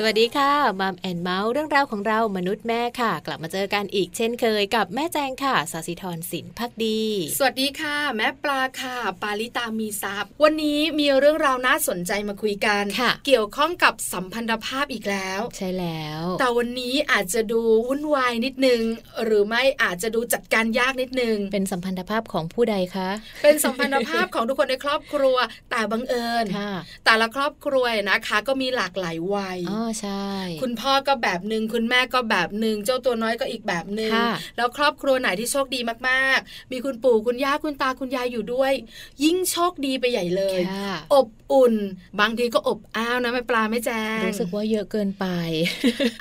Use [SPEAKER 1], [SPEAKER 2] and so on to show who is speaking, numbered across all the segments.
[SPEAKER 1] สวัสดีค่ะมัมแอนเมาส์เรื่องราวของเรามนุษย์แม่ค่ะ กลับมาเจอกันอีกเช่นเคยกับแม่แจงค่ะสาสิธรสินพักดี
[SPEAKER 2] สวัสดีค่ะ แม่ปลาค่ะ ปาลิตามีซับวันนี้มีเรื่องราวน่าสนใจมาคุยกัน
[SPEAKER 1] ค่ะ
[SPEAKER 2] เกี่ยวข้องกับสัมพันธภาพอีกแล้ว
[SPEAKER 1] ใช่แล้ว
[SPEAKER 2] แต่วันนี้อาจจะดูวุ่นวายนิดนึง หรือไม่อาจจะดูจัดการยากนิดนึง
[SPEAKER 1] เป็นสัมพันธภาพของผู้ใดคะ
[SPEAKER 2] เป็นสัมพันธภาพของทุกคนในครอบครัวแต่บังเอิญ
[SPEAKER 1] ค่ะ
[SPEAKER 2] แต่ละครอบครัวนะคะ ก็มีหลากหลายวัย
[SPEAKER 1] อ๋อใช่
[SPEAKER 2] คุณพ่อก็แบบหนึ่งคุณแม่ก็แบบหนึ่งเจ้าตัวน้อยก็อีกแบบหนึ่ง
[SPEAKER 1] ค่ะ
[SPEAKER 2] แล้วครอบครัวไหนที่โชคดีมากๆ มีคุณปู่คุณย่าคุณตาคุณยายอยู่ด้วย ยิ่งโชคดีไปใหญ่เลย
[SPEAKER 1] ค่ะ
[SPEAKER 2] อบอุ่น บางทีก็อบอ้าวนะแม่ปลาแม่แจง
[SPEAKER 1] รู้สึกว่าเยอะเกินไป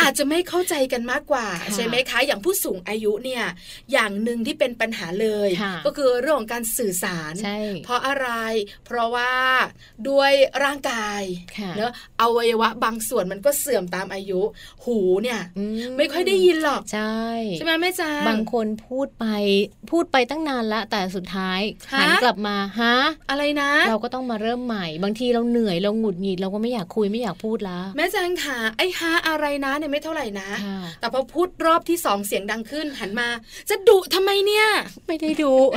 [SPEAKER 2] อาจจะไม่เข้าใจกันมากกว่า
[SPEAKER 1] ค่ะ
[SPEAKER 2] ใช่ไหมคะ อย่างผู้สูงอายุเนี่ยอย่างหนึ่งที่เป็นปัญหาเลย
[SPEAKER 1] ค่ะ
[SPEAKER 2] ก็คือเรื่องของการสื่อสาร
[SPEAKER 1] ใช่
[SPEAKER 2] เพราะอะไร เพราะว่าด้วยร่างกาย
[SPEAKER 1] ค่ะ
[SPEAKER 2] เนอะอวัยวะบางส่วนมันก็เสื่อมตามอายุ หูเนี่ย
[SPEAKER 1] อื
[SPEAKER 2] ไม่ค่อยได้ยินหรอก
[SPEAKER 1] ใช่
[SPEAKER 2] ใช่ไหมแม่จาง
[SPEAKER 1] บางคนพูดไปพูดไปตั้งนานละ แต่สุดท้าย
[SPEAKER 2] ฮะ
[SPEAKER 1] หันกลับมาฮะ
[SPEAKER 2] อะไรนะ
[SPEAKER 1] เราก็ต้องมาเริ่มใหม่ บางทีเราเหนื่อยเราหงุดหงิดเราก็ไม่อยากคุยไม่อยากพูดละ
[SPEAKER 2] แม่จางค่ะไอ้ฮาอะไรนะเนี่ยไม่เท่าไหร่นะ
[SPEAKER 1] ค่ะ
[SPEAKER 2] แต่พอพูดรอบที่สองเสียงดังขึ้นหันมา จะดุทำไมเนี่ย
[SPEAKER 1] ไม่ได้ดู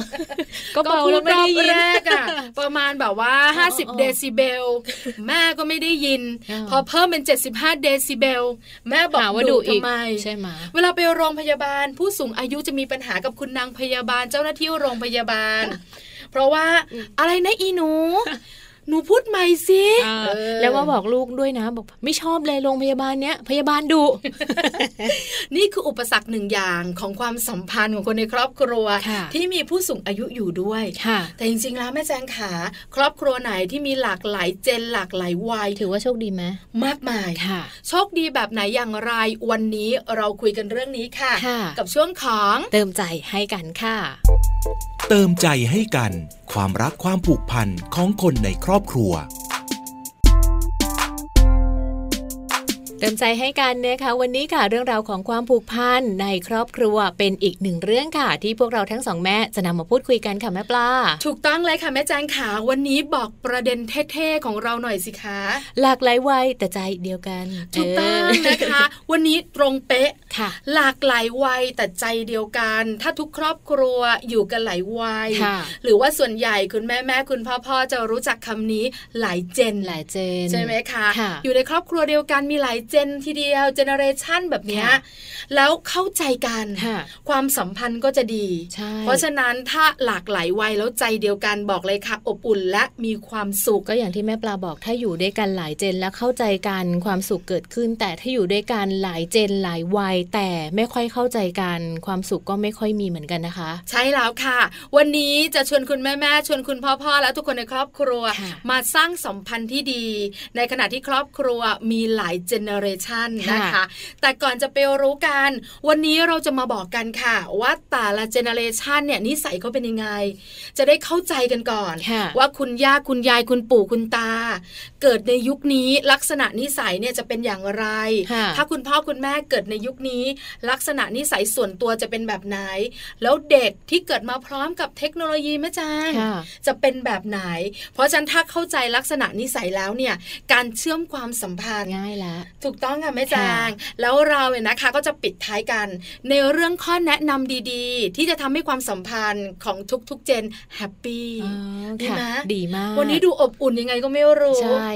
[SPEAKER 1] ก็เบา
[SPEAKER 2] พู
[SPEAKER 1] แล้ว
[SPEAKER 2] ด
[SPEAKER 1] ไม่
[SPEAKER 2] ร
[SPEAKER 1] ได้
[SPEAKER 2] อบ
[SPEAKER 1] ยิน
[SPEAKER 2] แรกอะประมาณแบบว่า
[SPEAKER 1] อ๋อ
[SPEAKER 2] 50 เดซิเบล แม่ก็ไม่ได้ยิน
[SPEAKER 1] อ๋อ
[SPEAKER 2] พอเพิ่มเป็น 75 เดซิเบล แม่บอก
[SPEAKER 1] หาว่าดู
[SPEAKER 2] ดุ
[SPEAKER 1] อีก
[SPEAKER 2] ทำไม
[SPEAKER 1] ใช่ไหม
[SPEAKER 2] เวลาไปโรงพยาบาล ผู้สูงอายุจะมีปัญหากับคุณนางพยาบาลเจ้าหน้าที่โรงพยาบา ล เพราะว่าอะไรนะอีหนู หนูพูดใหม่สิเออ
[SPEAKER 1] แล้วว่าบอกลูกด้วยนะบอกไม่ชอบเลยโรงพยาบาลเนี้ยพยาบาล ดุ
[SPEAKER 2] นี่คืออุปสรรคหนึ่งอย่างของความสัมพันธ์ของคนในครอบครัว
[SPEAKER 1] ค่ะ
[SPEAKER 2] ที่มีผู้สูงอายุอยู่ด้วย
[SPEAKER 1] ค่ะ
[SPEAKER 2] แต่จริงๆแล้วแม่แจงขาครอบครัวไหนที่มีหลากหลายเจนหลากหลายวัย
[SPEAKER 1] ถือว่าโชคดีไหม
[SPEAKER 2] มากมาย
[SPEAKER 1] ค่ะ
[SPEAKER 2] โชคดีแบบไหนอย่างไรวันนี้เราคุยกันเรื่องนี้ค่ะ
[SPEAKER 1] ค่ะ
[SPEAKER 2] กับช่วงของ
[SPEAKER 1] เติมใจให้กันค่ะ
[SPEAKER 3] เติมใจให้กัน ความรักความผูกพันของคนในครอบครัว
[SPEAKER 1] เติมใจให้กันนะคะวันนี้ค่ะเรื่องราวของความผูกพันในครอบครัวเป็นอีกหนึ่งเรื่องค่ะ ที่พวกเราทั้งสองแม่จะนำมาพูดคุยกันค่ะแม่ปลา
[SPEAKER 2] ถูกต้องเลยค่ะแม่แจงขาวันนี้บอกประเด็นเท่ๆของเราหน่อยสิคะ
[SPEAKER 1] หลากหลายวัยแต่ใจเดียวกัน
[SPEAKER 2] ถูกต้องนะคะ วันนี้ตรงเป๊ะ
[SPEAKER 1] ค่ะ
[SPEAKER 2] หลากหลายวัยแต่ใจเดียวกัน ถ้าทุกครอบครัวอยู่กันหลายวัย
[SPEAKER 1] ค่ะ
[SPEAKER 2] หรือว่าส่วนใหญ่คุณแม่แม่คุณพ่อพ่อจะรู้จักคำนี้หลายเจน
[SPEAKER 1] หลายเจน
[SPEAKER 2] ใช่ไหมคะ
[SPEAKER 1] ค่ะ
[SPEAKER 2] อยู่ในครอบครัวเดียวกันมีหลายเจนทีเดียวเจเนอเรชันแบบเนี้ย
[SPEAKER 1] ค่ะ
[SPEAKER 2] แล้วเข้าใจกัน
[SPEAKER 1] ค่ะ
[SPEAKER 2] ความสัมพันธ์ก็จะดี
[SPEAKER 1] ใช่
[SPEAKER 2] เพราะฉะนั้นถ้าหลากหลายวัยแล้วใจเดียวกันบอกเลยค่ะ อบอุ่นและมีความสุข
[SPEAKER 1] ก็อย่างที่แม่ปลาบอกถ้าอยู่ด้วยกันหลายเจนแล้วเข้าใจกันความสุขเกิดขึ้น แต่ถ้าอยู่ด้วยกันหลายเจนหลายวัย แต่ไม่ค่อยเข้าใจกัน ความสุขก็ไม่ค่อยมีเหมือนกันนะคะ
[SPEAKER 2] ใช่แล้วค่ะ วันนี้จะชวนคุณแม่แม่ๆชวนคุณพ่อพ่อและทุกคนในครอบครัว
[SPEAKER 1] ค่ะ
[SPEAKER 2] มาสร้างสัมพันธ์ที่ดี ในขณะที่ครอบครัวมีหลายเจเนอเรชันนะคะ แต่ก่อนจะไปรู้กัน วันนี้เราจะมาบอกกันค่ะ ว่าแต่ละเจเนอเรชันเนี่ยนิสัยเขาเป็นยังไง จะได้เข้าใจกันก่อน
[SPEAKER 1] ค่ะ
[SPEAKER 2] ว่าคุณย่าคุณยายคุณปู่คุณตา เกิดในยุคนี้ลักษณะนิสัยเนี่ยจะเป็นอย่างไร
[SPEAKER 1] ค่ะ
[SPEAKER 2] ถ้าคุณพ่อคุณแม่เกิดในยุคนี้ ลักษณะนิสัยส่วนตัวจะเป็นแบบไหน แล้วเด็กที่เกิดมาพร้อมกับเทคโนโลยีแม่จาง
[SPEAKER 1] ค่ะ
[SPEAKER 2] จะเป็นแบบไหน เพราะฉะนันถ้าเข้าใจลักษณะนิสัยแล้วเนี่ย การเชื่อมความสัมพันธ์
[SPEAKER 1] ง่ายละ
[SPEAKER 2] ถูกต้องค่ะแม่จา
[SPEAKER 1] ค่ะ
[SPEAKER 2] ง แล้วเราเนี่ยนะคะก็จะปิดท้ายกัน ในเรื่องข้อแนะนำดีๆ ที่จะทำให้ความสัมพันธ์ของทุกๆเจนแฮปปี้
[SPEAKER 1] อ๋อ
[SPEAKER 2] ดี
[SPEAKER 1] ค่ะ
[SPEAKER 2] ไหม
[SPEAKER 1] ดีมาก
[SPEAKER 2] วันนี้ดูอบอุ่นยังไงก็ไม่รู้
[SPEAKER 1] ใช่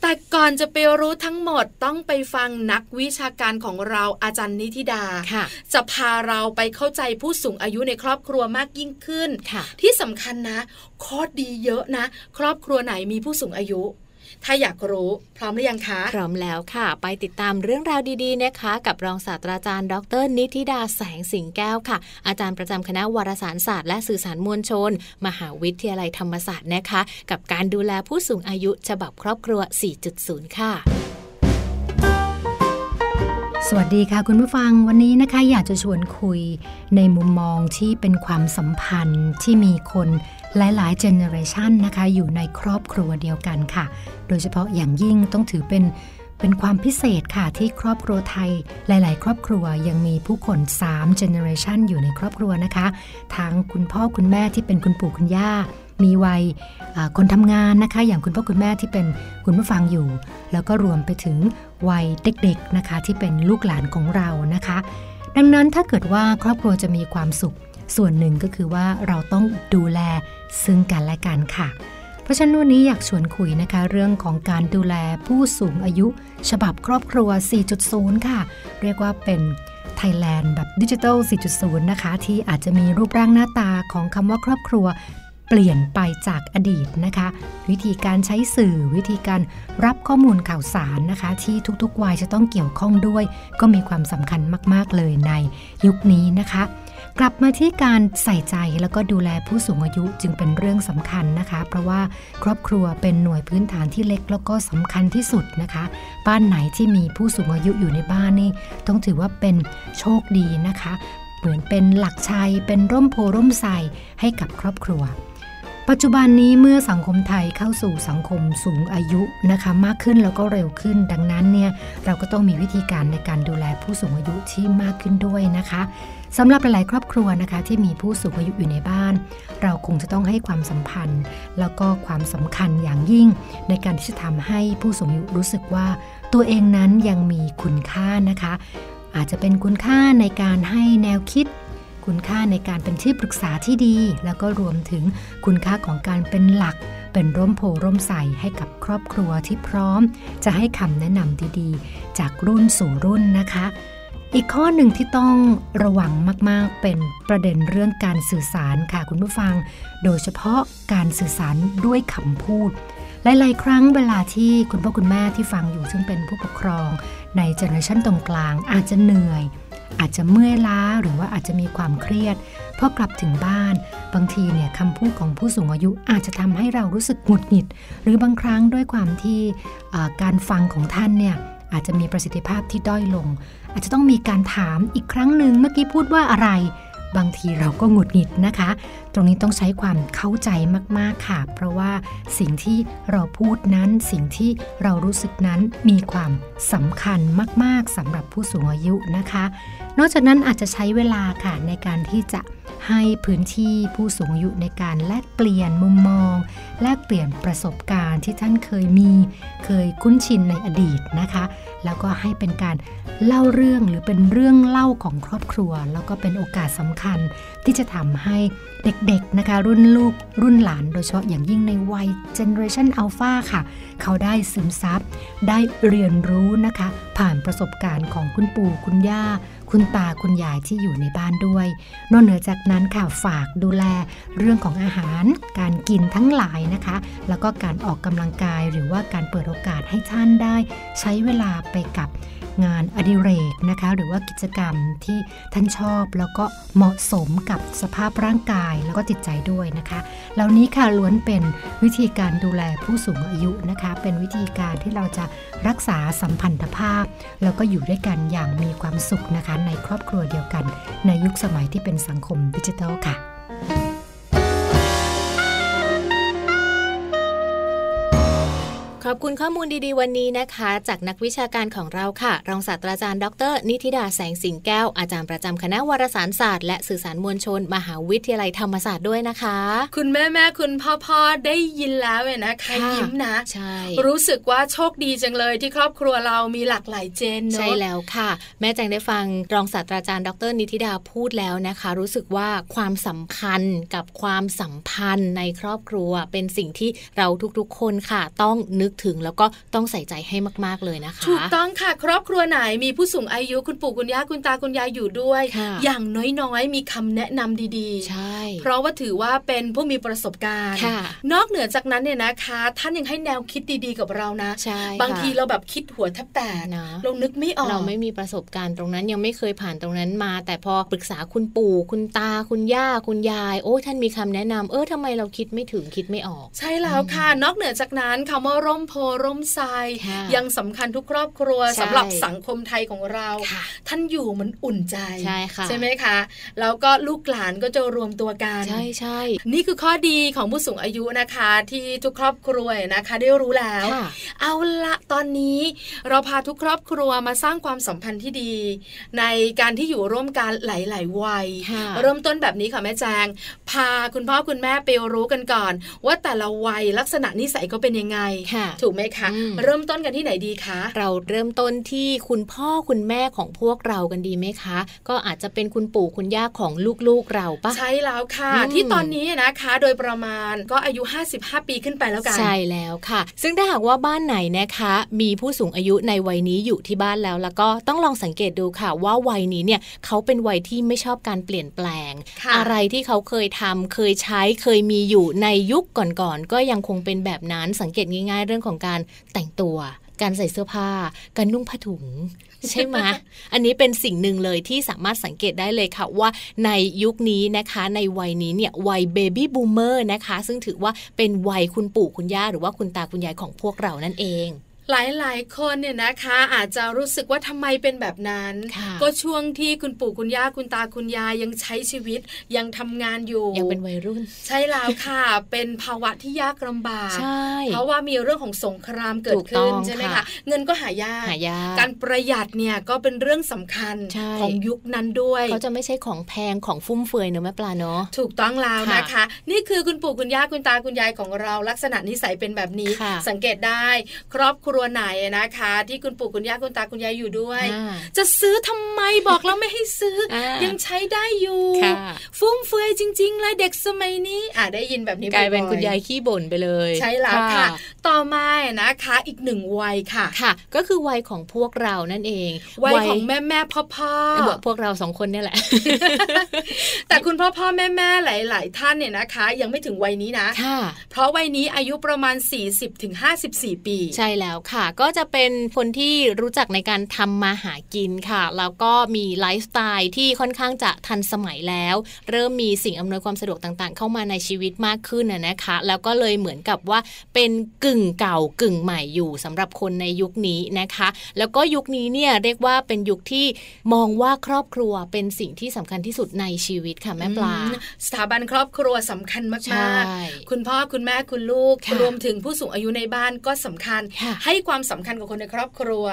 [SPEAKER 2] แต่ก่อนจะไปรู้ทั้งหมดต้องไปฟังนักวิชาการของเราอาจารย์นิธิดา
[SPEAKER 1] ค่ะ
[SPEAKER 2] จะพาเราไปเข้าใจผู้สูงอายุในครอบครัวมากยิ่งขึ้น
[SPEAKER 1] ค่ะ
[SPEAKER 2] ที่สำคัญนะข้อดีเยอะนะ ครอบครัวไหนมีผู้สูงอายุ ถ้าอยากรู้พร้อมหรือยังคะ
[SPEAKER 1] พร้อมแล้วค่ะ ไปติดตามเรื่องราวดีๆนะคะ กับรองศาสตราจารย์ ดร นิติดาแสงสิงแก้วค่ะ อาจารย์ประจำคณะวารสารศาสตร์และสื่อสารมวลชน มหาวิทยาลัยธรรมศาสตร์นะคะ กับการดูแลผู้สูงอายุฉบับครอบครัว 4.0 ค่ะ
[SPEAKER 4] สวัสดีค่ะคุณผู้ฟังวันนี้นะคะอยากจะชวนคุยในมุมมองที่เป็นความสัมพันธ์ที่มีคนหลายๆเจเนอเรชันนะคะอยู่ในครอบครัวเดียวกันค่ะ โดยเฉพาะอย่างยิ่งต้องถือเป็นเป็นความพิเศษค่ะที่ครอบครัวไทย หลาย ๆ ครอบครัวยังมีผู้คน3 Generation อยู่ในครอบครัวนะคะ ทั้งคุณพ่อคุณแม่ที่เป็นคุณปู่คุณย่า มีวัยอ่าคนทำงานนะคะ อย่างคุณพ่อคุณแม่ที่เป็นคุณผู้ฟังอยู่ แล้วก็รวมไปถึงวัยเด็กๆนะคะ ที่เป็นลูกหลานของเรานะคะ ดังนั้นถ้าเกิดว่าครอบครัวจะมีความสุข ส่วนหนึ่งก็คือว่าเราต้องดูแลซึ่งกันและกันค่ะ เพราะฉะนั้นวันนี้อยากชวนคุยนะคะ เรื่องของการดูแลผู้สูงอายุ ฉบับครอบครัว 4.0 ค่ะ เรียกว่าเป็นไทยแลนด์แบบดิจิทัล 4.0 นะคะ ที่อาจจะมีรูปร่างหน้าตาของคำว่าครอบครัว เปลี่ยนไปจากอดีตนะคะ วิธีการใช้สื่อวิธีการรับข้อมูลข่าวสารนะคะ ที่ทุกๆวัยจะต้องเกี่ยวข้องด้วย ก็มีความสำคัญมาก ๆ เลยในยุคนี้นะคะ กลับมาที่การใส่ใจแล้วก็ดูแลผู้สูงอายุจึงเป็นเรื่องสำคัญนะคะ เพราะว่าครอบครัวเป็นหน่วยพื้นฐานที่เล็กแล้วก็สำคัญที่สุดนะคะ บ้านไหนที่มีผู้สูงอายุอยู่ในบ้านนี่ต้องถือว่าเป็นโชคดีนะคะ เหมือนเป็นหลักชัย เป็นร่มโพร่มไทรให้กับครอบครัว ปัจจุบันนี้เมื่อสังคมไทยเข้าสู่สังคมสูงอายุนะคะ มากขึ้นแล้วก็เร็วขึ้น ดังนั้นเนี่ยเราก็ต้องมีวิธีการในการดูแลผู้สูงอายุที่มากขึ้นด้วยนะคะ สำหรับหลาย ๆ ครอบครัวนะคะ ที่มีผู้สูงอายุอยู่ในบ้าน เราคงจะต้องให้ความสัมพันธ์ แล้วก็ความสำคัญอย่างยิ่ง ในการที่จะทำให้ผู้สูงอายุรู้สึกว่า ตัวเองนั้นยังมีคุณค่านะคะ อาจจะเป็นคุณค่าในการให้แนวคิด คุณค่าในการเป็นที่ปรึกษาที่ดี แล้วก็รวมถึงคุณค่าของการเป็นหลัก เป็นร่มโพร่มใสให้กับครอบครัวที่พร้อม จะให้คำแนะนำดีๆ จากรุ่นสู่รุ่นนะคะ อีกข้อหนึ่งที่ต้องระวังมาก ๆ เป็นประเด็นเรื่องการสื่อสารค่ะคุณผู้ฟัง โดยเฉพาะการสื่อสารด้วยคำพูด หลาย ๆ ครั้งเวลาที่คุณพ่อคุณแม่ที่ฟังอยู่ซึ่งเป็นผู้ปกครอง ในเจเนอเรชันตรงกลางอาจจะเหนื่อย อาจจะเมื่อยล้าหรือว่าอาจจะมีความเครียดพอกลับถึงบ้าน บางทีเนี่ยคำพูดของผู้สูงอายุอาจจะทำให้เรารู้สึกหงุดหงิด หรือบางครั้งด้วยความที่เอ่อการฟังของท่านเนี่ยอาจจะมีประสิทธิภาพที่ด้อยลง อาจจะต้องมีการถามอีกครั้งหนึ่งเมื่อกี้พูดว่าอะไร บางทีเราก็หงุดหงิดนะคะ ตรงนี้ต้องใช้ความเข้าใจมากๆค่ะ เพราะว่าสิ่งที่เราพูดนั้นสิ่งที่เรารู้สึกนั้นมีความสำคัญมาก ๆสำหรับผู้สูงอายุนะคะ นอกจากนั้นอาจจะใช้เวลาค่ะในการที่จะให้พื้นที่ผู้สูงอายุในการแลกเปลี่ยนมุมมอง แลกเปลี่ยนประสบการณ์ที่ท่านเคยมี เคยคุ้นชินในอดีตนะคะ แล้วก็ให้เป็นการเล่าเรื่องหรือเป็นเรื่องเล่าของครอบครัว แล้วก็เป็นโอกาสสำคัญ ที่จะทำให้เด็กๆนะคะ รุ่นลูกรุ่นหลานโดยเฉพาะอย่างยิ่งในวัย Generation Alpha ค่ะ เขาได้ซึมซับ ได้เรียนรู้นะคะ ผ่านประสบการณ์ของคุณปู่คุณย่า คุณตาคุณยายที่อยู่ในบ้านด้วย นอกเหนือจากนั้นค่ะฝากดูแลเรื่องของอาหาร การกินทั้งหลายนะคะ แล้วก็การออกกำลังกายหรือว่าการเปิดโอกาสให้ท่านได้ ใช้เวลาไปกับงานอดิเรกนะคะ หรือว่ากิจกรรมที่ท่านชอบแล้วก็เหมาะสมกับสภาพร่างกายแล้วก็จิตใจด้วยนะคะ เหล่านี้ค่ะล้วนเป็นวิธีการดูแลผู้สูงอายุนะคะ เป็นวิธีการที่เราจะรักษาสัมพันธภาพ แล้วก็อยู่ด้วยกันอย่างมีความสุขนะคะ ในครอบครัวเดียวกัน ในยุคสมัยที่เป็นสังคมดิจิทัลค่ะ
[SPEAKER 1] ขอบคุณข้อมูลดีๆ วันนี้นะคะ จากนักวิชาการของเราค่ะ รองศาสตราจารย์ดร นิติดาแสงสิงแก้ว อาจารย์ประจำคณะวารสารศาสตร์และสื่อสารมวลชน มหาวิทยาลัยธรรมศาสตร์ด้วยนะคะ
[SPEAKER 2] คุณแม่แม่ๆคุณพ่อพ่อๆได้ยินแล้วเนี่ยนะคะ
[SPEAKER 1] ค่ะ
[SPEAKER 2] ยิ้มนะ
[SPEAKER 1] ใช่
[SPEAKER 2] รู้สึกว่าโชคดีจังเลยที่ครอบครัวเรามีหลากหลายเจนเนอะ
[SPEAKER 1] ใช่แล้วค่ะ แม่แจงได้ฟังรองศาสตราจารย์ดร นิติดาพูดแล้วนะคะ รู้สึกว่าความสำคัญกับความสัมพันธ์ในครอบครัว เป็นสิ่งที่เราทุกๆ คนค่ะ ต้องนึกถึงแล้วก็ต้องใส่ใจให้มากๆเลยนะคะ
[SPEAKER 2] ถูกต้องค่ะ ครอบครัวไหนมีผู้สูงอายุคุณปู่คุณย่าคุณตาคุณยายอยู่ด้วย
[SPEAKER 1] ค่ะ
[SPEAKER 2] อย่างน้อยๆ มีคำแนะนำดี
[SPEAKER 1] ใช่
[SPEAKER 2] ๆ เพราะว่าถือว่าเป็นผู้มีประสบการณ์
[SPEAKER 1] ค่ะ
[SPEAKER 2] นอกเหนือจากนั้นเนี่ยนะคะ ท่านยังให้แนวคิดดีๆกับเรานะ
[SPEAKER 1] ใช่
[SPEAKER 2] บางที
[SPEAKER 1] ค่ะ
[SPEAKER 2] เราแบบคิดหัวแทบแตก
[SPEAKER 1] นะ
[SPEAKER 2] เรานึกไม่ออก
[SPEAKER 1] เราไม่มีประสบการณ์ตรงนั้นยังไม่เคยผ่านตรงนั้นมา แต่พอปรึกษาคุณปู่ คุณตา คุณย่า คุณยาย โอ้ท่านมีคำแนะนำเออทำไมเราคิดไม่ถึงคิดไม่ออก
[SPEAKER 2] ใช่แล้วค่ะ นอกเหนือจากนั้นคำว่าร่ม โพร่มไทร
[SPEAKER 1] ค่ะ
[SPEAKER 2] ยังสำคัญทุกครอบครัว
[SPEAKER 1] ใช่
[SPEAKER 2] สำหรับสังคมไทยของเรา
[SPEAKER 1] ค่ะ
[SPEAKER 2] ท่านอยู่มันอุ่นใจ
[SPEAKER 1] ใช่ค่ะ
[SPEAKER 2] ใช่ไหมคะแล้วก็ลูกหลานก็จะรวมตัวกัน
[SPEAKER 1] ใช่ใช่
[SPEAKER 2] นี่คือข้อดีของผู้สูงอายุนะคะ ที่ทุกครอบครัวนะคะ ได้รู้แล้ว
[SPEAKER 1] ค่ะ
[SPEAKER 2] เอาละตอนนี้เราพาทุกครอบครัวมาสร้างความสัมพันธ์ที่ดี ในการที่อยู่ร่วมกันหลาย ๆ วัย
[SPEAKER 1] ค่ะ
[SPEAKER 2] เริ่มต้นแบบนี้ค่ะแม่แจง พาคุณพ่อคุณแม่ไปรู้กันก่อน ว่าแต่ละวัยลักษณะนิสัยก็เป็นยังไง
[SPEAKER 1] ค่ะ
[SPEAKER 2] ถูกไหมคะ
[SPEAKER 1] อืม
[SPEAKER 2] เริ่มต้นกันที่ไหนดีคะ
[SPEAKER 1] เราเริ่มต้นที่คุณพ่อคุณแม่ของพวกเรากันดีไหมคะ ก็อาจจะเป็นคุณปู่คุณย่าของลูกๆเราปะ
[SPEAKER 2] ใช่แล้วค่ะ
[SPEAKER 1] อืม
[SPEAKER 2] ที่ตอนนี้นะคะ โดยประมาณก็อายุ 55 ปีขึ้นไปแล้วกัน
[SPEAKER 1] ใช่แล้วค่ะ ซึ่งถ้าหากว่าบ้านไหนนะคะ มีผู้สูงอายุในวัยนี้อยู่ที่บ้านแล้วแล้วก็ต้องลองสังเกตดูค่ะ ว่าวัยนี้เนี่ยเขาเป็นวัยที่ไม่ชอบการเปลี่ยนแปลง
[SPEAKER 2] ค่ะ
[SPEAKER 1] อะไรที่เขาเคยทำเคยใช้เคยมีอยู่ในยุคก่อนๆก็ยังคงเป็นแบบนั้นสังเกตง่าย ๆ เรื่องของการแต่งตัว การใส่เสื้อผ้า การนุ่งผ้า ถุง ใช่ไหม อันนี้เป็นสิ่งหนึ่งเลยที่สามารถสังเกตได้เลยค่ะว่าในยุคนี้นะคะในวัยนี้เนี่ยวัยเบบี้บูมเมอร์นะคะ ซึ่งถือว่าเป็นวัยคุณปู่คุณย่าหรือว่าคุณตาคุณยายของพวกเรานั่นเอง
[SPEAKER 2] หลายๆ คนเนี่ยนะคะอาจจะรู้สึกว่าทำไมเป็นแบบนั้น
[SPEAKER 1] ค่ะ
[SPEAKER 2] ก็ช่วงที่คุณปู่คุณย่าคุณตาคุณยายยังใช้ชีวิตยังทำงานอยู่
[SPEAKER 1] ยังเป็นวัยรุ่น
[SPEAKER 2] ใช่แล้วค่ะ เป็นภาวะที่ยากลำบาก
[SPEAKER 1] ใช่
[SPEAKER 2] เพราะว่ามีเรื่องของสงครามเกิ
[SPEAKER 1] ถู
[SPEAKER 2] ด
[SPEAKER 1] กต้อ
[SPEAKER 2] ขึ้
[SPEAKER 1] น ง
[SPEAKER 2] ใช่ไหม
[SPEAKER 1] ค่ะ
[SPEAKER 2] คะเงินก็หายาก
[SPEAKER 1] หายาก
[SPEAKER 2] การประหยัดเนี่ยก็เป็นเรื่องสำคัญ
[SPEAKER 1] ใช่
[SPEAKER 2] ของยุคนั้นด้วย
[SPEAKER 1] เขาจะไม่ใช่ของแพงของฟุ่มเฟือยเนอะแม่ปลาเนาะ
[SPEAKER 2] ถูกต้องแล้วนะคะ นี่คือคุณปู่คุณย่าคุณตาคุณยายของเรา ลักษณะนิสัยเป็นแบบนี้
[SPEAKER 1] ค่ะ
[SPEAKER 2] สังเกตได้ ครอบครัวไหนนะคะ ที่คุณปู่คุณย่าคุณตาคุณยายอยู่ด้วย
[SPEAKER 1] อ่า
[SPEAKER 2] จะซื้อทำไมบอกแล้วไม่ให้ซื้อ
[SPEAKER 1] อ่ายั
[SPEAKER 2] ยังใช้ได้อยู่
[SPEAKER 1] ค่ะ
[SPEAKER 2] ฟุ่มเฟือยจริงๆเลยเด็กสมัยนี้ อ่าได้ยินแบบนี้
[SPEAKER 1] กลายเป็น
[SPEAKER 2] บ่อๆ
[SPEAKER 1] คุณยายขี้บ่นไปเลย
[SPEAKER 2] ใช่แล้วค่ะ ต่อมานะคะ อีกหนึ่งวัยค่ะ
[SPEAKER 1] ค่ะ ก็คือวัยของพวกเรานั่นเอง
[SPEAKER 2] วัยของแม่แม่พ่อพ่อ
[SPEAKER 1] พวกเราสองคนเนี่ยแหละ
[SPEAKER 2] ๆแต่คุณพ่อพ่อแม่แม่ๆหลาย ๆ ท่านเนี่ยนะคะ ยังไม่ถึงวัยนี้นะ
[SPEAKER 1] ค่ะ
[SPEAKER 2] เพราะวัยนี้อายุประมาณ 40-54 ปี
[SPEAKER 1] ใช่แล้วค่ะ ก็จะเป็นคนที่รู้จักในการทำมาหากินค่ะ แล้วก็มีไลฟ์สไตล์ที่ค่อนข้างจะทันสมัยแล้ว เริ่มมีสิ่งอำนวยความสะดวกต่างๆ เข้ามาในชีวิตมากขึ้นนะนะคะ แล้วก็เลยเหมือนกับว่าเป็นกึ่งเก่ากึ่งใหม่อยู่สำหรับคนในยุคนี้นะคะ แล้วก็ยุคนี้เนี่ยเรียกว่าเป็นยุคที่มองว่าครอบครัวเป็นสิ่งที่สำคัญที่สุดในชีวิตค่ะแม่ปลา
[SPEAKER 2] อืมสถาบันครอบครัวสำคัญ
[SPEAKER 1] ใช่
[SPEAKER 2] มากๆ คุณพ่อคุณแม่คุณลูก
[SPEAKER 1] ค่ะ
[SPEAKER 2] รวมถึงผู้สูงอายุในบ้านก็สำคัญ
[SPEAKER 1] ค่ะ
[SPEAKER 2] ให้ความสำคัญกับคนในครอบครัว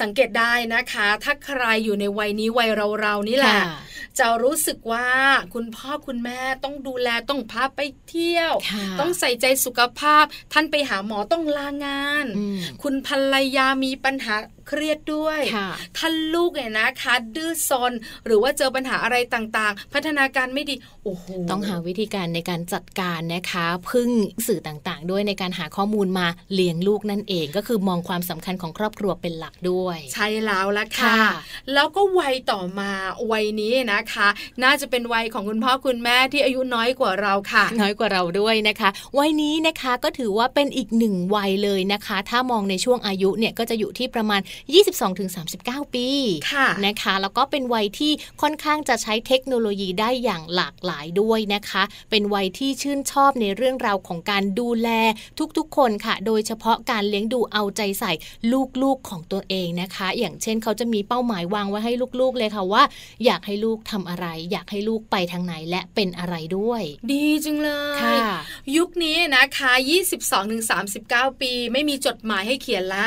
[SPEAKER 2] สังเกตได้นะคะ ถ้าใครอยู่ในวัยนี้วัยเราๆนี่แหละ
[SPEAKER 1] ค่ะ
[SPEAKER 2] จะรู้สึกว่าคุณพ่อคุณแม่ต้องดูแลต้องพาไปเที่ยว
[SPEAKER 1] ค่ะ
[SPEAKER 2] ต้องใส่ใจสุขภาพ ท่านไปหาหมอต้องลางาน
[SPEAKER 1] อืม
[SPEAKER 2] คุณภรรยามีปัญหาเครียดด้วย
[SPEAKER 1] ค่ะ
[SPEAKER 2] ถ้าลูกเนี่ยนะคะ ดื้อซนหรือว่าเจอปัญหาอะไรต่างๆ พัฒนาการไม่ดี โอ้โห
[SPEAKER 1] ต้องหาวิธีการในการจัดการนะคะ พึ่งสื่อต่างๆ ด้วยในการหาข้อมูลมาเลี้ยงลูกนั่นเองก็คือมองความสำคัญของครอบครัวเป็นหลักด้วย
[SPEAKER 2] ใช่แล้วละค่ะ
[SPEAKER 1] ค่ะ
[SPEAKER 2] แล้วก็วัยต่อมาวัยนี้นะคะ น่าจะเป็นวัยของคุณพ่อคุณแม่ที่อายุน้อยกว่าเราค่ะ
[SPEAKER 1] น้อยกว่าเราด้วยนะคะ วัยนี้นะคะก็ถือว่าเป็นอีกหนึ่งวัยเลยนะคะ ถ้ามองในช่วงอายุเนี่ยก็จะอยู่ที่ประมาณ 22-39 ปี
[SPEAKER 2] ค่ะ
[SPEAKER 1] นะคะ แล้วก็เป็นวัยที่ค่อนข้างจะใช้เทคโนโลยีได้อย่างหลากหลายด้วยนะคะ เป็นวัยที่ชื่นชอบในเรื่องราวของการดูแลทุกๆ คนค่ะ โดยเฉพาะการเลี้ยงดูเอาใจใส่ลูกๆของตัวเองนะคะ อย่างเช่นเขาจะมีเป้าหมายวางไว้ให้ลูกๆเลยค่ะว่า อยากให้ลูกทำอะไร อยากให้ลูกไปทางไหนและเป็นอะไรด้วย
[SPEAKER 2] ดีจังเลย
[SPEAKER 1] ค่ะ
[SPEAKER 2] ยุคนี้นะคะ 22-39 ปี ไม่มีจดหมายให้เขียน ละ